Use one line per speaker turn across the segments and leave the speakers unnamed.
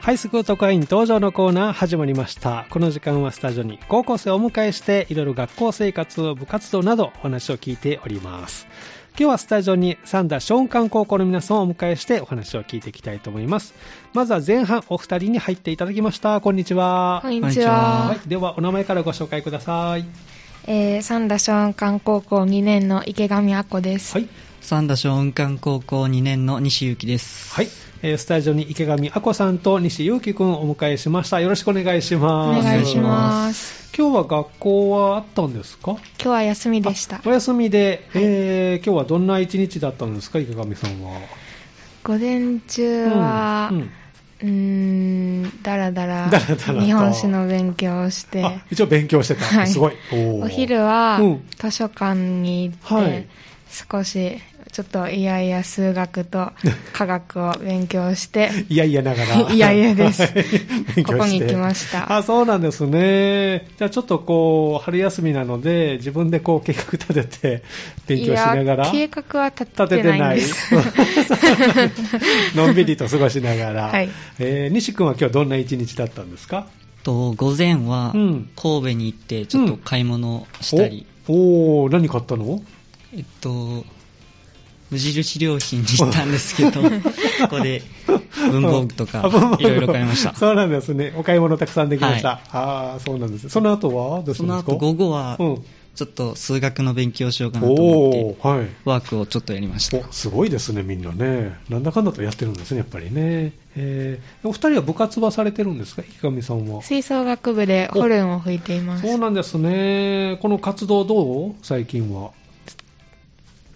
ハイスクート会員登場のコーナー始まりました。この時間はスタジオに高校生をお迎えして、いろいろ学校生活、部活動などお話を聞いております。今日はスタジオに三田松漢高校の皆さんをお迎えしてお話を聞いていきたいと思います。まずは前半お二人に入っていただきました。こんにちは。
こんにち
は
は。
い、ではお名前からご紹介ください。
えー、三田松安館高校2年の池上亜子です。
はい。
三田松雲館高校2年の西幸です。
はい、えースタジオに池上亜子さんと西祐樹くんをお迎えしました。よろしくお願いし
お
ます。
願いし
す。
ます。
今日は学校はあったんですか
今日は休みでした
あお。休みで、えー今日はどんな一日だったんですか、池上さんは。
午前中は、
う
うんん、
うん
ん、だらだら、
だらだらと
日本史の勉強をして、
あ一応勉強してた、
はい
すごい。おー
お昼は、
うん
図書館に行って、
はい
少し、ちょっといやいや数学と科学を勉強 して、
いやいやながら。
いやいやです
はい 勉強して
ここに来ました
あ、そうなんですね。じゃあちょっとこう、春休みなので、自分でこう計画立てて、勉強しながら。
いや、計画は立
立
て
て
て
て
ない
なんい
です。
のん びりと過ごしながら、
はい
えー西君は今日どんな一日だったんですか
と午前は
うん
神戸に行ってちょっと買い物したり、
おおー何買ったの
えっと無印良品に行ったんで すけど、ここで文房具とか
あ文房具
いろいろ買いました。
そうなんですねお買い物たくさんできました、
はい
ああそうなんですその後はどうし
そ
たん
の
ですか
後午後は
うん
ちょっと数学の勉強をしようかなと思っ
お
て
ーはい
ワークをちょっとやりました。
おすごいですねみんなねなんだかんだとやってるんですねやっぱりね、えーお二人は部活はされてるんですか池上さんは
吹奏楽部でホルンを吹いています
そう。なんですねこの活動どう最近は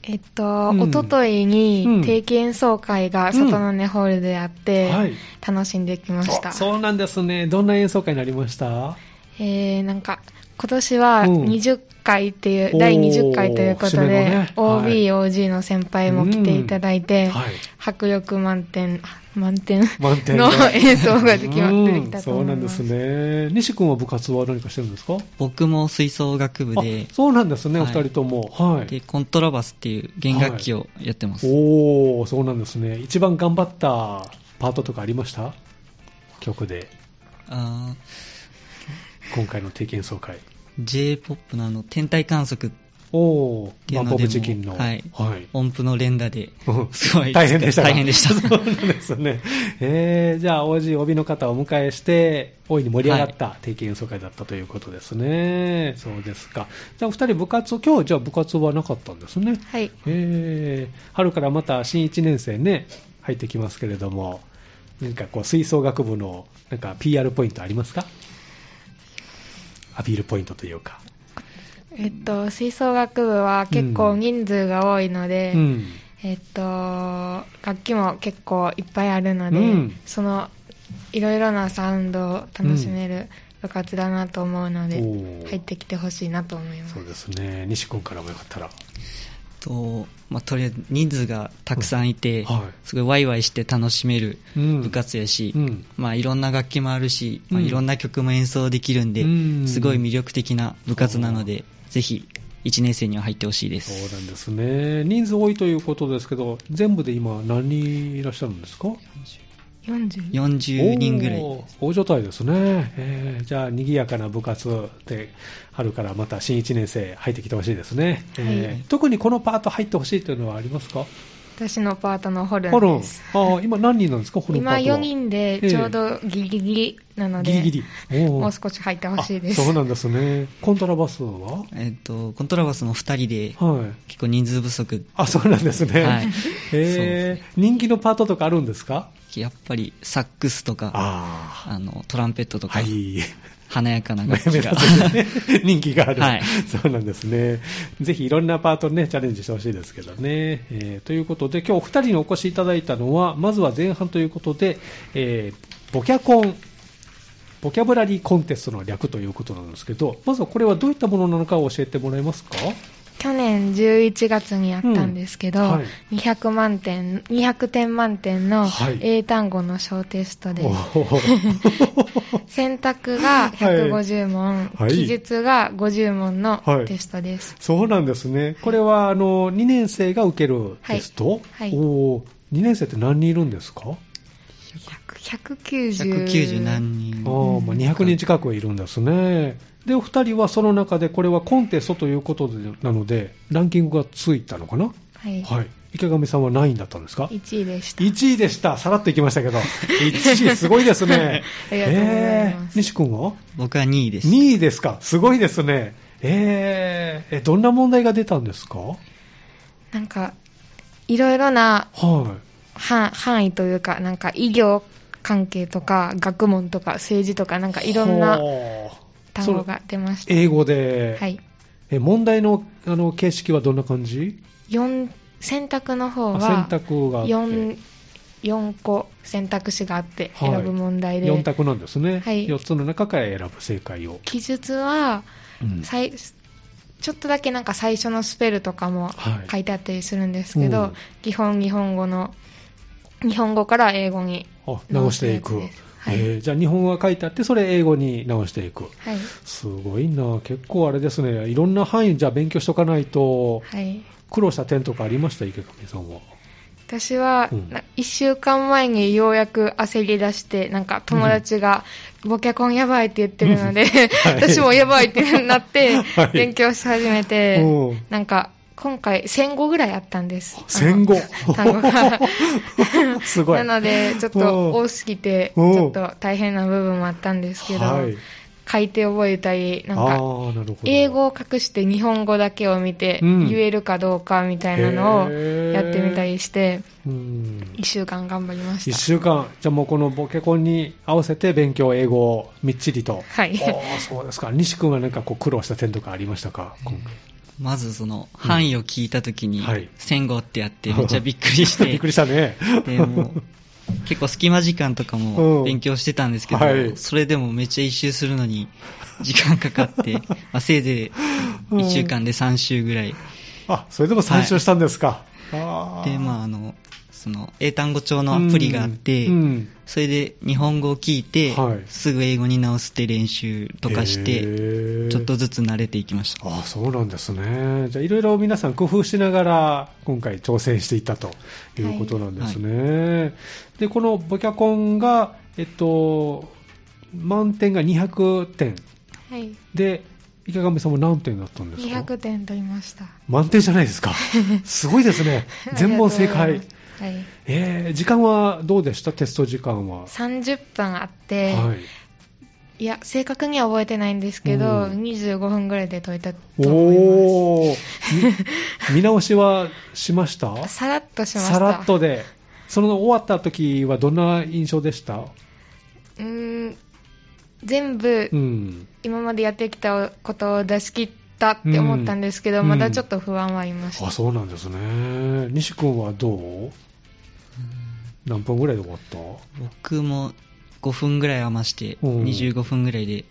えっと、
うん
おととい
うん
に定期演奏会が外の根ホールであって、
はい
楽しんできました
あ。そうなんですね。どんな演奏会になりました
えー、なんか、今年は
うん
20回っていう、
おー
第20回ということ
節目
で、
のねはい
OB、OG の先輩も来ていただいて、
はい。
迫力満点、あ満点
満点で
の演奏ができま
うん
出てきたと思います。
そうなんですね。西君は部活は何かしてるんですか
僕も吹奏楽部で
あ、そうなんですね、お
はい
二人とも。はい。
でコントラバスっていう弦楽器をやってます。
おー、そうなんですね。一番頑張ったパートとかありました曲で、
あー
今回の定期演奏会。
J-POP のあの天体観測
おー、
てい
バ
う
ン
の
ポ
で
ー
も
ブチキンの。
はい
はい。
音符の連打で
うん
すごい
大変でしたか
大変でし
そ
た
うなんですね。えー、じゃあ、OG、帯の方をお迎えして、大いに盛り上がった定期演奏会だったということですね。そうですか。じゃあ、お二人部活を、今日、じゃあ部活はなかったんですね。
はい。
えー、春からまた新1年生ね、入ってきますけれども、何かこう、吹奏楽部の、なんか PR ポイントありますかアピールポイントというか。
えっと、吹奏楽部は結構人数が多いので、
うん。
えっと、楽器も結構いっぱいあるので、
うん
そのいろいろなサウンドを楽しめる部活だなと思うので、
おー
入ってきてほしいなと思います
そうですね。西君からもよかったら。
と、まあ、とりあえず人数がたくさんいて、
うんはい
すごいワイワイして楽しめる
うん
部活やし、
うん
まあ、いろんな楽器もあるし、
うん
まあ、いろんな曲も演奏できるんで、
うん
すごい魅力的な部活なので、ぜひ1年生には入ってほしいで
そう
す。
なんですね。人数多いということですけど、全部で今何人いらっしゃるんですか
40
40人ぐらい。
おー大所帯ですね。えーじゃあ、賑やかな部活で、春からまた新1年生入ってきてほしいですね、えー
はい
特にこのパート入ってほしいというのはありますか
私のパートのホル
ホルン。
ン
あ
です
ー今何人なんですかホルンパ
今
ートは
4人でちょうどギリギリなので、
ギリギリ。おー
もう少し入ってほしいです
あそうなんですね。コントラバスは
えっと、コントラバスも2人で、
はい。
結構人数不足、
あ、そうなんですね。
はい
えー人気のパートとかあるんですか
やっぱりサックスとか、
あ
あのトランペット
あ。
とか、
はい。
華やか な
目
楽器
立
が。
つですね人気がある、
はい
そうなんですね、ぜひいろんなパートに、ね、チャレンジしてほしいですけどね、えーということで、今日お二人にお越しいただいたのは、まずは前半ということで、えーボキャコン、ボキャブラリーコンテストの略ということなんですけど、まずはこれはどういったものなのかを教えてもらえますか、
去年11月にやったんですけど、
うんはい
200満点、200点満点の
はい
英単語の小テストで
おー
選択が150問、
はい
記述が50問の
はい
テストです。
そうなんですね、これはあの2年生が受けるテスト、
はいはい
おー2年生って何人いるんですか
190
190何人
ああ、もう200人近くはいるんですね。で、お二人はその中で、これはコンテストということでなので、ランキングがついたのかな
はい、
はい。池上さんは何位だったんですか
1位でした。
1位でした。さらっといきましたけど。1位、すごいですね
ありがとうございます
えー西君は
僕は2位です。
?2 位ですか。すごいですね。えー、え、どんな問題が出たんですかは。
なんかいろいろない範範囲というかなんか医療関係とか学問とか政治とかなんかいろんな
ほう
単語が出まし
そ
た
れ英語で。
はい
え問題のあの形式はどんな感じ
四選択の方
あ
は
選択があって
四四個選択肢があって
はい
選ぶ問題で、
4択なんですね、
はい
4つの中から選ぶ正解を、
記述は
うん
最ちょっとだけなんか最初のスペルとかも
はい
書いてあったりするんですけど、
うん
基本日本語の日本語から英語に
あ直していく、
直すやつですはい
えーじゃあ日本語が書いてあってそれ英語に直していく
はい
すごいな結構あれですねいろんな範囲じゃあ勉強しとかないと
はい
苦労した点とかありました池上さんは
私は
うん
1週間前にようやく焦り出してなんか友達がボキャコンやばいって言ってるので、
はい
私もやばいってなって
はい
勉強し始めて、
うん
なんか今回1000語ぐらいあったんです
戦後
あの単語が
すごい
なのでちょっと多すぎてち
うん
ょっと大変な部分もあったんですけど、
はい、
書いて覚えたりなん
あ
か
ーなるほど
英語を隠して日本語だけを見て
うん
言えるかどうかみたいなのをやってみたりして
うん
1週間頑張りまし
1
た
週間じゃあもうこのボケコンに合わせて勉強英語をみっちりと
はい
おーそうですか西君はなんかこう苦労した点とかありましたか今回
まずその範囲を聞いたときに
はい、
戦後ってあって めっちゃびっくりし
びってく、りしたね。
でもう結構隙間時間とか
う
も
ん
勉強してたんですけ
はい
ど、それでもめっちゃ一周するのに時間かか って、まあせいぜい1週間で3周ぐらい。
あ、それでも参照したんですか。あー
で、まああの、その英単語帳のアプリがあって
う、ん
それで日本語を聞いて
はい、
すぐ英語に直して練習とかし
へ
て、
ー
ちょっとずつ慣れていきました。
あそうなんですね。じゃあ、いろいろ皆さん工夫しながら、今回挑戦していったということなんですね。で、このボキャコンが、えっと、満点が200点。
はい、
で、池上さんも何点だったんですか
200点取りました。
満点じゃないですか。すごいですね 全問正
あり
解
がとう。ございます
えー、時間はどうでしたテスト時間は。
はい、30分あって、、
はいい。
や正確には覚えてないんですけど、
うん
25分ぐらいで解いたと思い
おー。み見 直しはしました
ますさらっとしました
さらっとで。その終わった時はどんな印象でした
うーん全部
うん。
今までやってきたことを出し切ったって思ったんですけど、
うん
まだちょっと不安はありました、
あ、そうなんですね。西君はどう何分ぐらいで終わった
僕も5分ぐらい余して、
うん
25分ぐらいで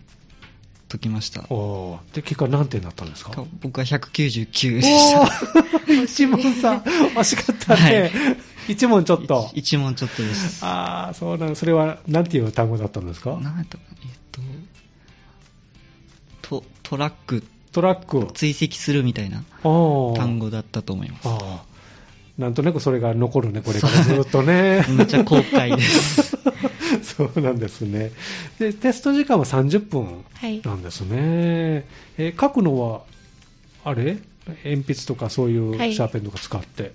解きました。
あーで、結果何点だったんですか
僕は199
お
でした。
ー一問さ、惜しかったね。一問ちょっと。
一問ちょっとです。
ああ、そうなんそれは、なんていう単語だったんですか
なんとか、えっと、と、トラック、
トラック。
追跡するみたいな単
単
語だったと思います。
ああ。なんとなくそれが残るね、これからずっとね。
めっちゃ後悔です。
そうなんですね。で、テスト時間は30分
はい
なんですね。えー書くのは、あれ鉛筆とかそういう
はい
シャーペンとか使って。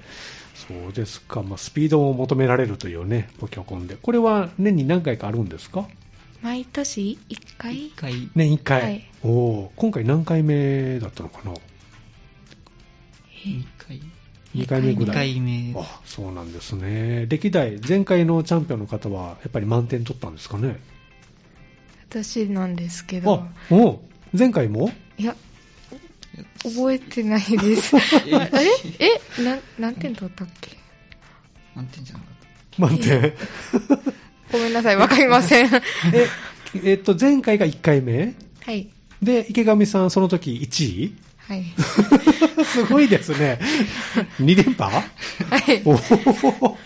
そうですか。まあ、スピードを求められるというね、ポキョコンで。これは年に何回かあるんですか
毎年1回
一回、
年1回。
はい
おお今回何回目だったのかな
二回、
2回目ぐ
二
らい。
回目。
あそうなんですね。歴代、前回のチャンピオンの方は、やっぱり満点取ったんですかね。
私なんですけど
あ、おう前回も
いや覚えてないです あええなん何点取ったっけ
満点じゃなかっ
満点。
ごめんなさいわかりません は
え、えっと、前回が1回目
い
で、池上さん、その時1位
はい
すごいですね。2連覇
はい
おお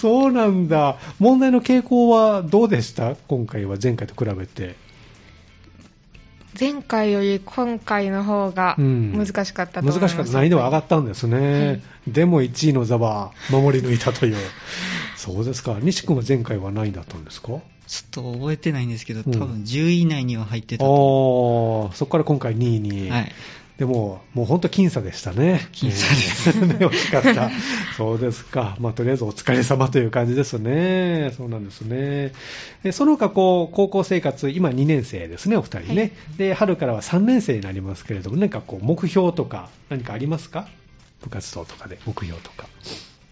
そうなんだ。問題の傾向はどうでした今回は前回と比べて。
前回より今回の方が
うん
難しかったと思います、
難しかった。難易度は上が
っ
ったんですね。でも1位の座は守り抜いたという。そうですか。西君は前回は何位だったんですか
ちょっと覚えてないんですけど、
うん
多分10位以内には入ってた
ああ
と。
ー、そこから今回2位に。
はい。
でも、もう本当僅差でしたね。
僅差です
えーね惜しかった。 そうですか。まあ、とりあえずお疲れ様という感じですね。そうなんですね。えその他、こう、高校生活、今2年生ですね、お二人ね。
はい
で、春からは3年生になりますけれども、何かこう、目標とか、何かありますか部活動とかで、目標とか。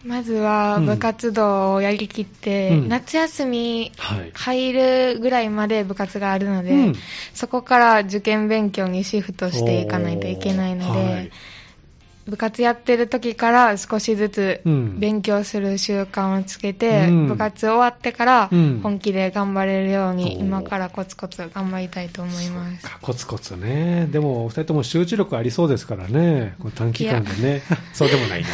まずは部活動をやりきって、
うん
夏休み
はい。
入るぐらいまで部活があるので、
うん
そこから受験勉強にシフトしていかないといけないので、
おーはい
部活やってる時から少しずつ
うん
勉強する習慣をつけて、
うん
部活終わってから
うん
本気で頑張れるように、
おー
今からコツコツ頑張りたいと思います。
コツコツね。でも、お二人とも集中力ありそうですからね。この短期間でね。そうでもないの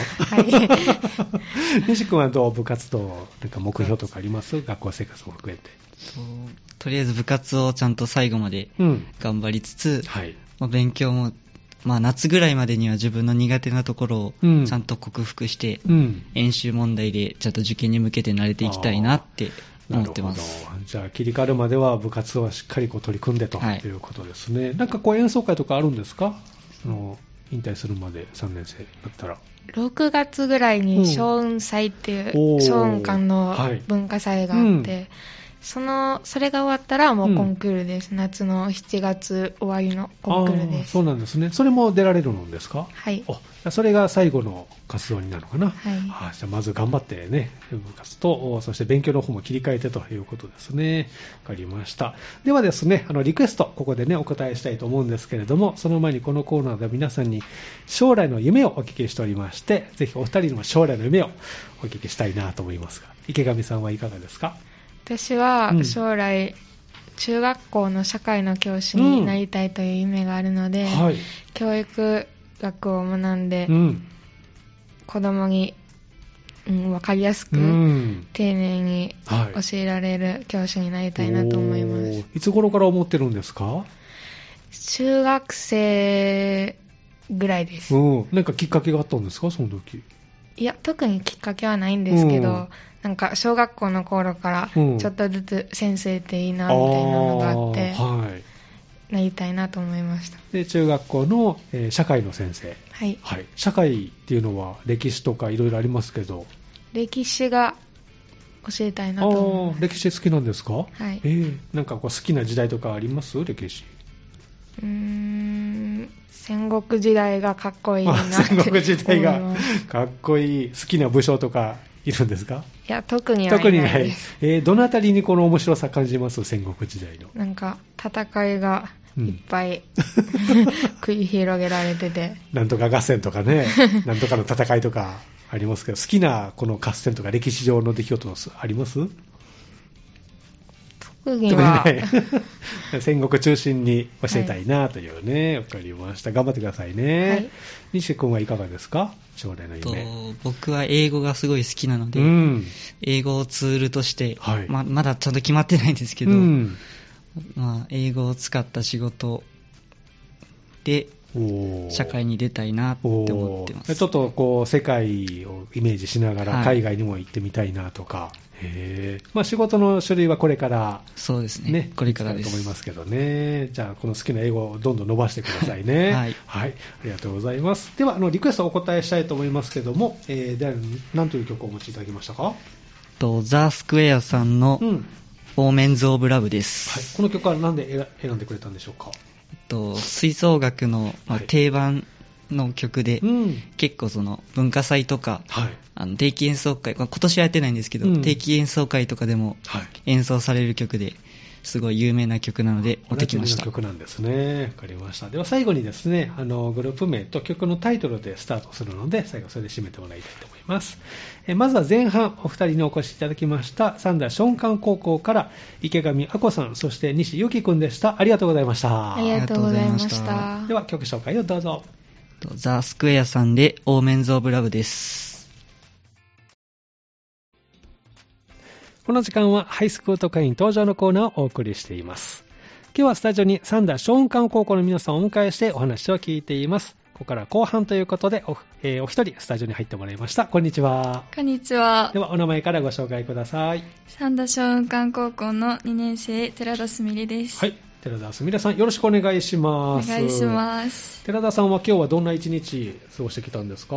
はい、
西君はどう部活動、なんか目標とかあります学校生活も含めて。
そうとりあえず部活をちゃんと最後まで
うん。
頑張りつつ、
はい。
まあ勉強も、まあ、夏ぐらいまでには自分の苦手なところ
う
を
ん
ちゃんと克服して、
うん。
演習問題でちゃんと受験に向けて慣れていきたいなって思
なる
っ
ほ
て
ど
ます。。
じゃあ、切り替わるまでは部活はしっかりこう取り組んでと
はい
いうことですね。なんかこう演奏会とかあるんですかその引退するまで3年生だったら。
6月ぐらい
うん
に小雲祭っていう
おー
小雲館の
はい
文化祭があって、
うん
そのそれが終わったらもううんコンクールです、夏の7月終わりのコンクール
あー
です
そうなんですね。それも出られるんですか
はい
あそれが最後の活動になるのかな、
はい
あじゃあまず頑張ってね、部活と、おそして勉強の方も切り替えてということですね。わかりました。ではですね、あのリクエスト、ここでね、お答えしたいと思うんですけれども、その前にこのコーナーでは皆さんに将来の夢をお聞きしておりまして、ぜひお二人の将来の夢をお聞きしたいなと思いますが、池上さんはいかがですか
私
う
は
ん
将来、中学校の社会の教師になりたいという夢があるので、
はい。
教育学を学んで、
うん。
子供に、うん、分かりやすく、
うん。
丁寧に
はい。
教えられる教師になりたいなと思いま
お
す
ー。いつ頃から思ってるんですか
中学生ぐらいです、
うん。なんかきっかけがあったんですかその時。
いや特にきっかけはないんですけど、
うん
なんか小学校の頃からち
うん
ょっとずつ先生っていいなみたいなのがあって、
あーはい。
なりたいなと思いました
で、中学校の、えー社会の先生。
はい
はい。社会っていうのは歴史とかいろいろありますけど、
歴史が教えたいな
あ
と思い
ー
ます
歴史好きなんですか
はい
えーなんかこう好きな時代とかあります歴史。
うーん戦国時代がかっこいいなって
あ 戦国時代
思い
が
ます
かっこいい。好きな武将とかいるんですか
いや特に は
特
い
に
な
ないい
です。
えーどのあたりにこの面白さ感じます戦国時代の。
なんか戦いがいっぱい、 繰り広げられてて
なんとか合戦とか ね、なんとかの戦いとかありますけど、好きなこの合戦とか歴史上の出来事あります
特技
特に
は
ない 戦国中心に教えたいなというね、わ、かりました。頑張ってくださいね。
はい
西君はいかがですか将来の
と
夢。
僕は英語がすごい好きなので、
うん。
英語をツールとして、
はい
ままだちゃんと決まってないんですけど、
うん、
まあ、英語を使った仕事で
おー
社会に出たいなって
お
思ってま
ー
す
ちょっとこう世界をイメージしなが
は
ら
い
海外にも行ってみたいなとか、へーまあ、仕事の種類はこれから
そうですね
ね、
これからです
と思いますけどね。じゃあ、この好きな英語をどんどん伸ばしてくださいね。
はい
ありがとうございます。では、あの、リクエストをお答えしたいと思いますけども、えー、では、何という曲をお持ちいただきましたか
とザ・スクエアさんの
うん。はい。
「オーメンズ・オブ・ラブ」です、
この曲は何で選選んでくれたんでしょうか
えっと吹奏楽の、まあ
はい
定番の曲で、
うん。
結構その文化祭とか
はい。
あの定期演奏会まあ今年はやってないんですけど、
うん
定期演奏会とかでも
はい。
演奏される曲ですごい有名な曲なので持ってきました
おなじみの曲なんですね。わかりました。では最後にですね、あの、グループ名と曲のタイトルでスタートするので、最後それで締めてもらいたいと思います。えまずは前半、お二人にお越しいただきました、三田松漢高校から池上あこさん、そして西ゆきくんでした。ありがとうございました。
ありがとうございまし
あ
た
では曲紹介をどうぞ。
とザ・スクエアさんで「オーメンズ・オブ・ラブ」です
この時間はハイスクート会員登場のコーナーをお送りしています。今日はスタジオに三田松漢高校の皆さんをお迎えしてお話を聞いています。こここから後半ということでお,、えーお一人スタジオに入ってもらいましたこんにちは
こんにちは
で。はお名前からご紹介ください
三田小雲館高校の2年生、寺田すみれです。
はい寺田すみれさんよろしくお願いし
お
ます
願いし
す
ます。
寺田さんは今日はどんな一日過ごしてきたんですか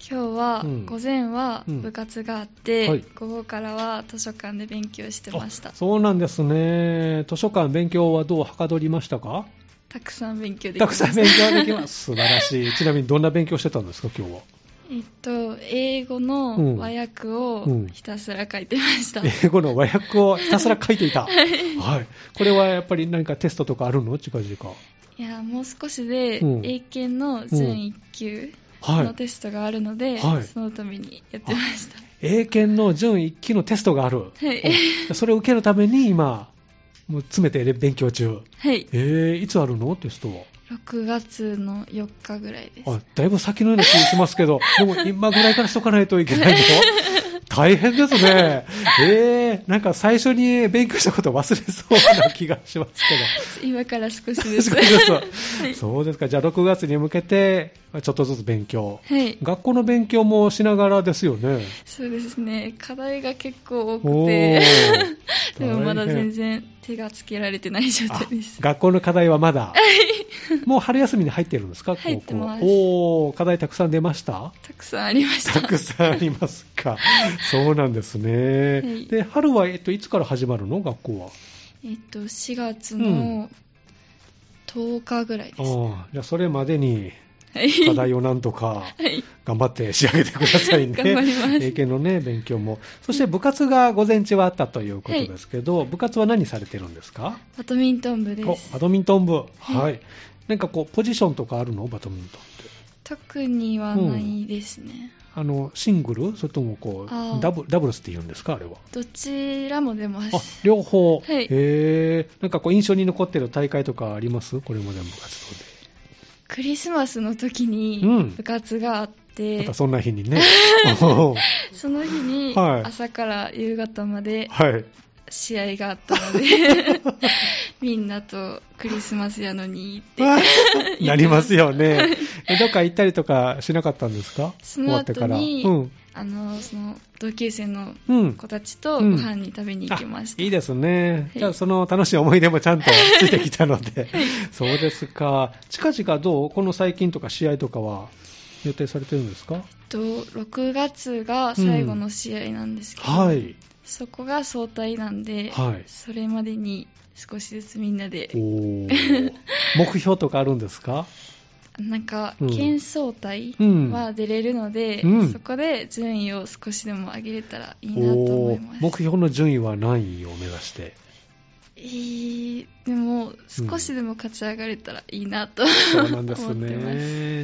今日は、
うん
午前は
うん
部活があって、
はい
午後からは図書館で勉強してました
あ。そうなんですね図書館勉強はどうはかどりましたか
たくさん勉強でき
た
ま
く
し
さん勉強できます素晴らしいちなみにどんな勉強してたんですか今日は
えっと、英語
うん
の和
う
訳
ん
をひたすら書いてました。
英語の和訳をひたすら書いていた、はい、これはやっぱり何かテストとかあるの近々
いや、もう少しで
うん、
英検の準1級
は
の
い
テストがあるので、
はい
そのためにやってました。
英検の準1期のテストがある、
はい
おそれを受けるために今もう詰めて勉強中
はい。
えー、いつあるのテストは
6月の4日ぐらいです。
あだいぶ先のような気がしますけ ど、でも今ぐらいからしとかないといけないの大変ですね。えー、なんか最初に勉強したこと忘れそうな気がします
今から少し
け
で
ど。
す。
そう ですそうですか。じゃあ6月に向けて、ちょっとずつ勉強。
はい。
学校の勉強もしながらですよね。
そうですね。課題が結構多く
お
て、
ー
でもまだ
大変
全然手がつけられてない状態です。
学校の課題はまだ。もう春休みに入ってるんですか
入ってます
高校おー課題たくさん出ました
たくさんありまし
た
た。
くさんありますか。そうなんですね。
はい
で、春は、えっと、いつから始まるの学校は。
えっと、4月
うん
の10日ぐらいです。は
ああ、じゃあ、それまでに課
い。
題をなんとか
はい。
頑張って仕上げてくださいね。
頑張ります
英検のね、勉強も。そして部活が午前中はあったということですけど、部活は何されてるんですか
バドミントン部で
お、
す
バ。ドミントン部。
はい
はい。なんかこう、ポジションとかあるのバドミントンって。
特にはないですね。
あの、シングルそれともこ
あ
う、
ー
ダブル、ダブルスって言うんですかあれは。
どちらも出ま
あ
す。
両方、
はい
へーなんかこう印象に残ってる大会とかありますこれまでの部活動
クリスマスの時
うん
に部活があっ
で、ま
て
た、そんな日 にね、おー
その日に
はい
朝から夕方まで
はい、
試合があったの でみんなとクリスマスやのにって
なりますよ ね、えどっか行ったりとかしなかったんですか、
その後に
終わって
あのその同級生の
から、うん、うん
子たちと
うん
ご飯に食べに行きました、
あいいですね、
い
じゃあ、その楽しい思い出もちゃんとついてきたの で、そうですか、近々どう、この最近とか試合とかは予定されてるんですか、
と6月が最後の試合なんですけど、
はい、
そこが総体なんで、
はい
それまでに少しずつみんなで
おー目標とかあるんですか
なんか
うん
県総体
うん
は出れるので、
うん
そこで順位を少しでも上げれたら いいなと思
お
い
ー
ます
目標の順位は何位を目指して
えー、でも少しでも勝ち上がれたらいいなと、
そうなんです
思ってます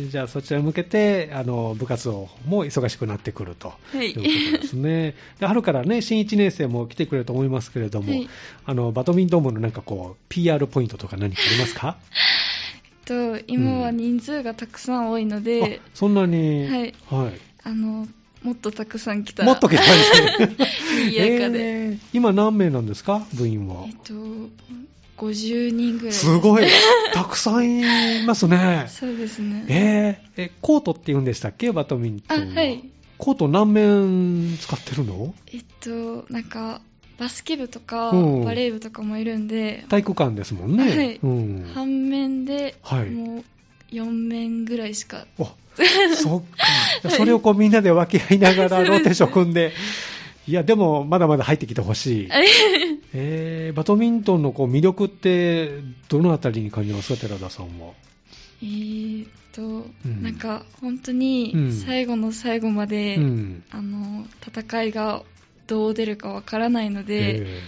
ねじゃあそちらに向けてあの部活動も忙しくなってくると、
はい
ということですねで春からね新1年生も来てくれると思いますけれども、
はい
あのバドミントン部のなんかこう PR ポイントとか何かありますか
と今は人数がたくさん多いので、
あそんなに、
はい
はい
あのもっとたくさん来たら
もっと来たい ね
賑やかで、
えー今何名なんですか部員は
えっ、と50人ぐらい
すご いたくさんいますね
そうですね
えーえ、コートって言うんでしたっけバドミントンは
あはい
コート何面使ってるの
えっとなんかバスケ部とか
うん
バレー部とかもいるんで、
体育館ですもんね。
はい
うん。
半面で、
はい
もう4面ぐらいしか
あ、そっか。それをこうみんなで分け合いなが らローテーション組んで。いや、でも、まだまだ入ってきてほしい。 えー、バドミントンのこう魅力って、どのあたりに感じますか、寺田さんは。
えーっと、
ん
なんか本当
う
に
ん
最後の最後まで、
うん。
あの戦いがどう出るかわからないので、
え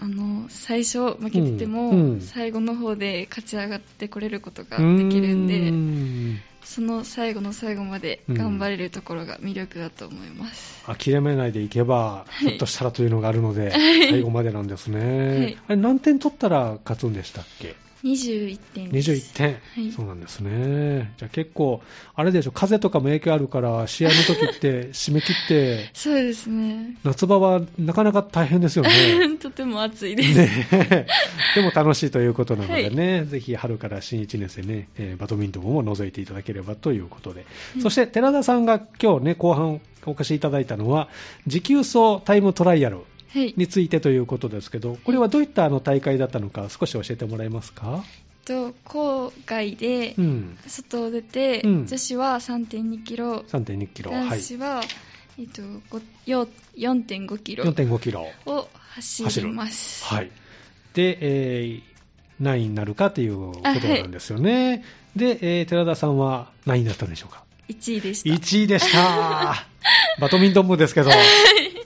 あの最初負けてても、
うんうん
最後の方で勝ち上がってこれること
ー
ができるん
う
で、
ーん
その最後の最後まで頑張れるところが魅力だと思います。
諦めないでいけば、
い
ひょっとしたらというのがあるので、最後までなんですね、
はい
あれ何点取ったら勝つんでしたっけ
21点です。
21点、
はい
そうなんですね。じゃあ結構、あれでしょ、風とかも影響あるから、試合の時って 締め切って、
そうですね。
夏場はなかなか大変ですよ ね。
とても暑いです。
ねえでも楽しいということなのでね、ぜひ春から新1年生ね、えーバドミントンを覗いていただければということで、そして寺田さんが今日ね、後半お越しいただいたのは、持久走タイムトライアル
はい。
についてということですけど、これはどういったあの大会だったのか、少し教えてもらえますか。
と郊外で
うん、
外を出て、
うん
女子は3.2キロ、
3.2キロ、は
男
い、
子は、えっとごよ4.5キロ
4.5キロ、
を走ります。
はい、で、えー何位になるかということなんですよね。で、えー寺田さんは何位だったんでしょうか。
1位でした。
1位で した。バドミントン部ですけど、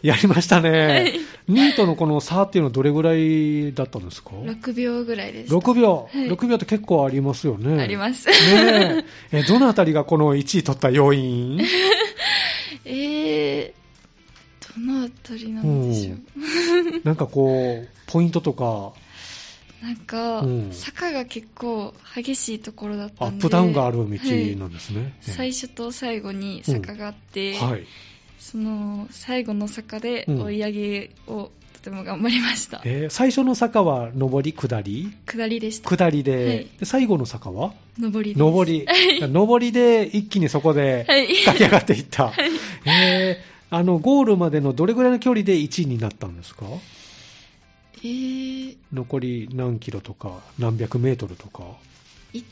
やりましたね。2位とのこの差っていうのはどれぐらいだったんですか。
6秒ぐらいです。
6秒、
はい
6秒って結構ありますよね。
あります
ねええどのあたりがこの1位取った要因
えー、どのあたり なんでしょう。
なんかこう、ポイントとか、
なんか、
うん
坂が結構激しいところだった
ア
んで。
ップダウンがある道
はい
なんですね。
最初と最後に坂があって、
はい、
その最後の坂で
うん
追い上げをとても頑張りました、
えー最初の坂は上り、下り
下りでした
下りで,、
はい
で最後の坂は
上りです
上 り、上りで一気にそこで
はい
駆け上がっていった、えーあのゴールまでのどれぐらいの距離で1位になったんですか
えー、
残り何キロとか何百メートルとか
い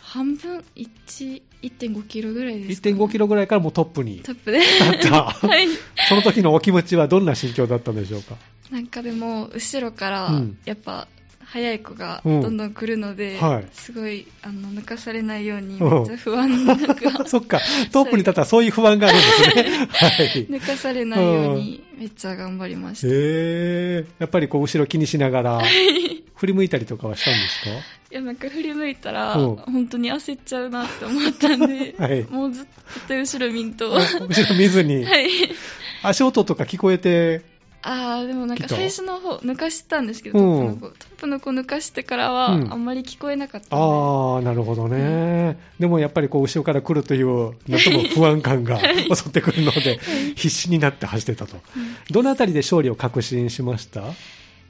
半分1 1.5キロぐらいですか、
1.5キロぐらいからもうトップに
トッ プで
立った、
はい
その時のお気持ちはどんな心境だったんでしょうか、
なんかでも後ろから
うん
やっぱ速い子が
うん
どんどん来るので、
はい
すごいあの抜かされないように
うん
めっちゃ不 安なく
そっかトップに立ったらそういう不安があるんですねはい
抜かされないようにめっちゃ頑張りました、
へえやっぱりこう後ろ気にしながら振り向いたりとかはしたんですか
いやなんか振り向いたら
うん
本当に焦っちゃうなって思ったんで、
はい
もうずっと後ろ見んと は
後ろ見ずに、
い
足音とか聞こえて、
あーでもなん
きっ
か
と
最初の方抜かしたんですけど、
うん
トップの子トップの子抜かしてからは
うん
あんまり聞こえなかったんで、
ああ、なるほどね、でもやっぱりこう後ろから来るという、なんとも不安感が襲ってくるので、必死になって走ってたと、どのあたりで勝利を確信しました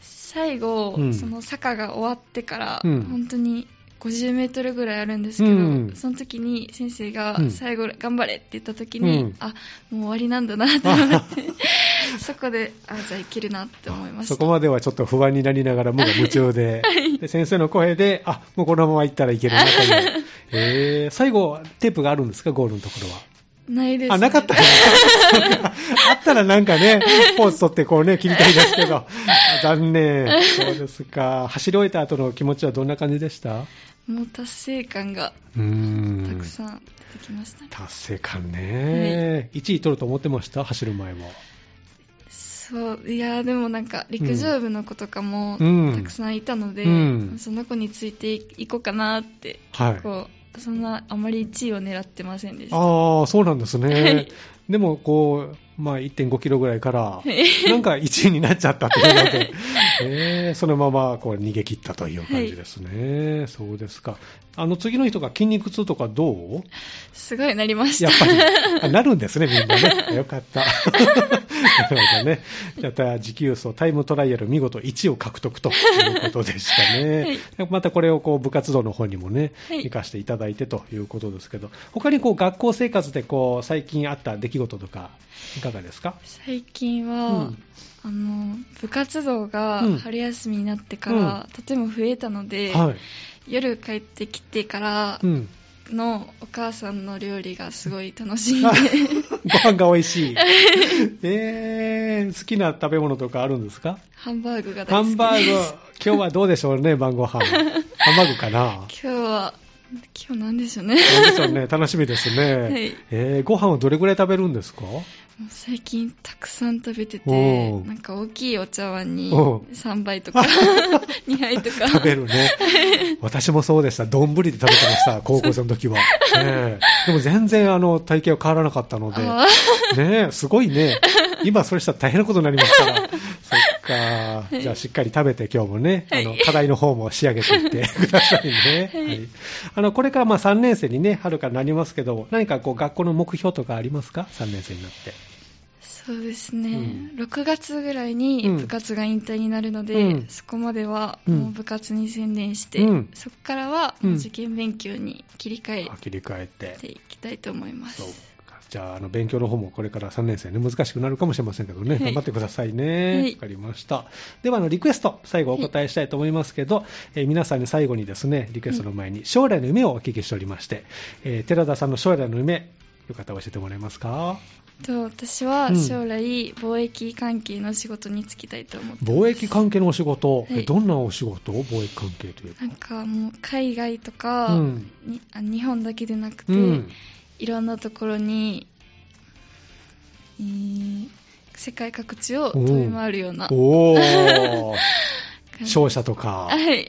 最後、
うん
その坂が終わってから、
うん
本当に50メートルぐらいあるんですけど、
うん
その時に先生
う
が
ん
最後頑張れって言った時に、
うん
あもう終わりなんだなと思って そこであじゃあいけるなって思いました
そこまではちょっと不安になりながら、無我夢中で、で先生の声で、あもうこのまま行ったらいけるなという、えー最後、テープがあるんですか、ゴールのところは。
ないです、ね、
あ、なかったか なあったらなんかね、ポーズ取ってこうね、切りたいですけ ど。あ残念。そうですか。走り終えた後の気持ちはどんな感じでした
もう達成感が
うー
た
ん
く。さん出てきましたね、
達成感ね。1位取ると思ってました走る前も。
そういやーでもなんか陸上部の子とかも
うん
たくさんいたので、
うん
その子についていこうかなって、
はい。
こうそんなあまり1位を狙ってませんでした
ああ、そうなんです
はい
ね。でも、こう、まあ、1.5キロぐらいから、なんか1位になっちゃったというの で、えーそのままこう逃げ切ったという感じですね。そうですか。あの、次の日とか筋肉痛とかどう
すごいなりまし
や
た
っぱり、あなるんですね、みんなね。よかった。なるほどね。また、持久走タイムトライアル見事1を獲得ということでしたね。またこれをこう部活動の方にもね、
はい
活かしていただいてということですけど、他にこう学校生活でこう最近あった出来事とか、いかがですか
最近は、
うん
あの部活動が
うん
春休みになってから、とても増えたので、
はい。
夜帰ってきてから
うん。
のお母さんの料理がすごい楽しいで
あご飯が美味しい。えー、好きな食べ物とかあるんですか
ハンバーグが
ハ
大好きです
ンバーグ、今日はどうでしょうね、晩ご飯。 ハンバーグかな
今日は今日なんでしょうね
そうですよね、楽しみですね。
はい
えーご飯をどれぐらい食べるん ですか
もう最近たくさん食べてて
おう
なんか大きいお茶碗に
おう
3杯 とか2杯とか
食べるね。私もそうでした。丼で食べてま した、高校生の時は。ねえでも全然あの体型は変わらなかったので、
あ
ねえ、すごいね。今それしたら大変なことになりますから。そっか。じゃあ、しっかり食べて、今日もね、あの、課題の方も仕上げてい ってくださいね。はい。あの、これからまあ3年生にね、春からなりますけども、何かこう、学校の目標とかありますか ?3 年生になって。
そうですね、
う
6月ぐらいに部活が引退になるので、
うん
そこまでは
うん
もう部活に専念して、
うん
そこからは
うん
受験勉強に切り替
あ切り替えて
え。ていきたいと思います、
そうかじゃあ、あの、勉強の方もこれから3年生ね、難しくなるかもしれませんけどね、
はい
頑張ってくださいね。わ、
はい
かりました。では、あの、リクエスト、最後お答えしたいと思いますけど、えー皆さんに最後にですね、リクエストの前に将来の夢をお聞きしておりまして、えー寺田さんの将来の夢、よかったら教えてもらえますか
と私
う
は
ん
将来貿易関係の仕事に就きたいと思ってます
貿易関係のお仕事、
はい
えどんなお仕事貿易関係という
なんかもう海外と
か。
か、
うん。
にあ日本だけでなくて、
うん。
いろんなところに、えー世界各地を飛び回るような感
おー。
じ
商社と か。
はい。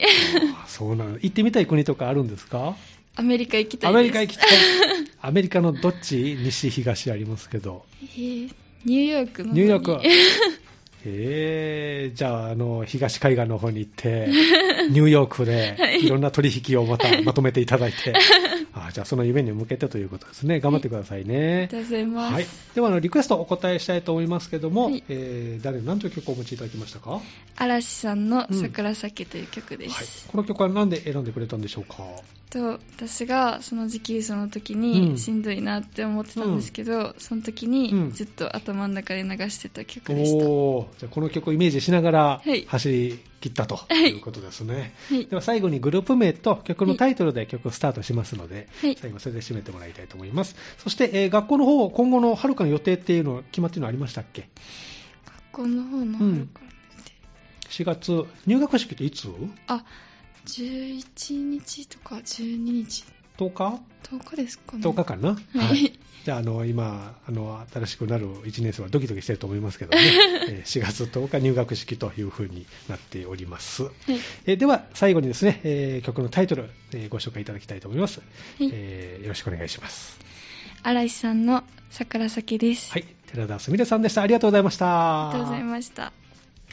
あそうなの。行ってみたい国とかあるんですか
アメリカ行きた
ア
いです。
メリカ行きたい。アメリカのどっち西、東ありますけど。
えーニューヨークの方に
ニューヨークは。 えー、じゃあ、あの、東海岸の方に行って、ニューヨークでいろんな取引をま たまとめていただいて、あじゃあその夢に向けてということですね。頑張ってください
あり
ね
が。とうございます。
はい、ではあのリクエストお答えしたいと思いますけども、
はい
えー誰何という曲をお持ちいただきましたか、は
嵐さんの桜酒という曲
い
で、す。
この曲は何で選んでくれたんでしょうか
と私がその時期その時
うん
にしんどいなって思ってたんですけど、その時
うん
にずっと頭の中で流してた曲でした。
おーじゃあこの曲をイメージしながら
はい
走り切ったということですね、
はい
では最後にグループ名と曲のタイトルで曲をスタートしますので、
はい
最後それで締めてもらいたいと思いますそして、えー学校の方今後の春かの予定っていうのは決まってるのありましたっけ
学校の方のあるからって、
4月入学式っていつ
あ11日とか12日
?10 日
10日ですかね
10日間な、
はい
じゃあ、あの今あの、新しくなる1年生はドキドキしてると思いますけどね、 えー4月10日入学式というふうになっております。えーでは、最後にですね、えー曲のタイトル、えーご紹介いただきたいと思います、
い
えーよろしくお願いします。
荒井さんの桜酒です、
はい、寺田すみれさんでした。ありがとうございました。
ありがとうございました